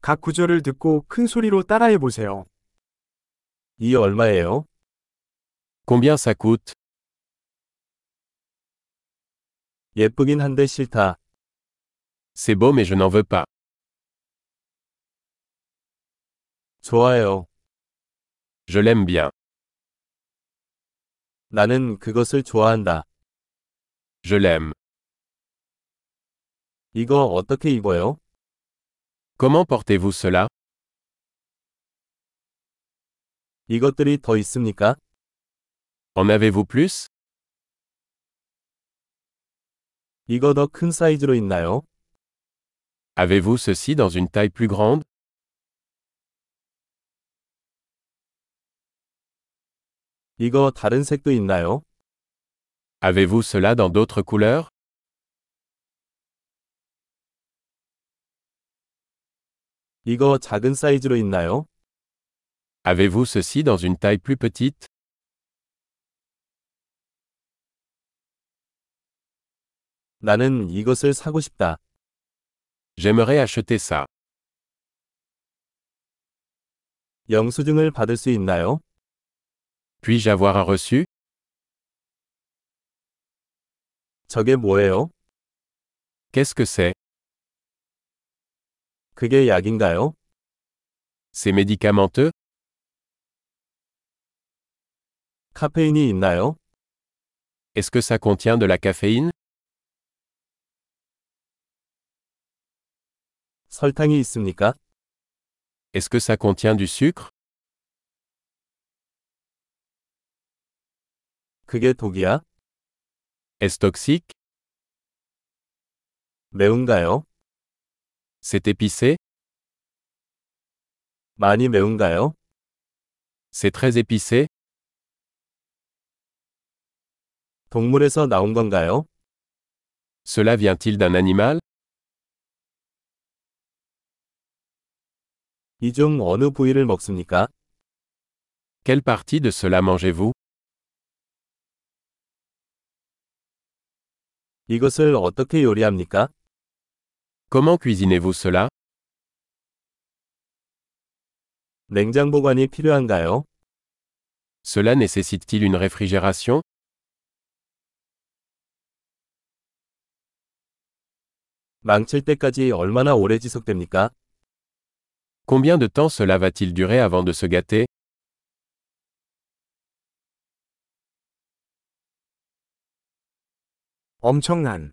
각 구절을 듣고 큰 소리로 따라해 보세요. 이 얼마예요? Combien ça coûte 예쁘긴 한데 싫다. C'est beau mais je n'en veux pas. 좋아요. Je l'aime bien. 나는 그것을 좋아한다. Je l'aime. 이거 어떻게 입어요? Comment portez-vous cela 이것들이 더 있습니까? En avez-vous plus 이거 더 큰 사이즈로 있나요? Avez-vous ceci dans une taille plus grande 이거 다른 색도 있나요? Avez-vous cela dans d'autres couleurs 이거 작은 사이즈로 있나요? Avez-vous ceci dans une taille plus petite 나는 이것을 사고 싶다. J'aimerais acheter ça. 영수증을 받을 수 있나요? Puis-je avoir un reçu 저게 뭐예요? Qu'est-ce que c'est 그게 약인가요? C'est médicamenteux 카페인이 있나요? Est-ce que ça contient de la caféine 설탕이 있습니까? Est-ce que ça contient du sucre 그게 독이야? Est-ce toxique 매운가요? C'est épicé 많이 매운가요? C'est très épicé 동물에서 나온 건가요? Cela vient-il d'un animal 이 중 어느 부위를 먹습니까? Quelle partie de cela mangez-vous 이것을 어떻게 요리합니까? Comment cuisinez-vous cela 냉장 보관이 필요한가요? Cela nécessite-t-il une réfrigération 망칠 때까지 얼마나 오래 지속됩니까? Combien de temps cela va-t-il durer avant de se gâter 엄청난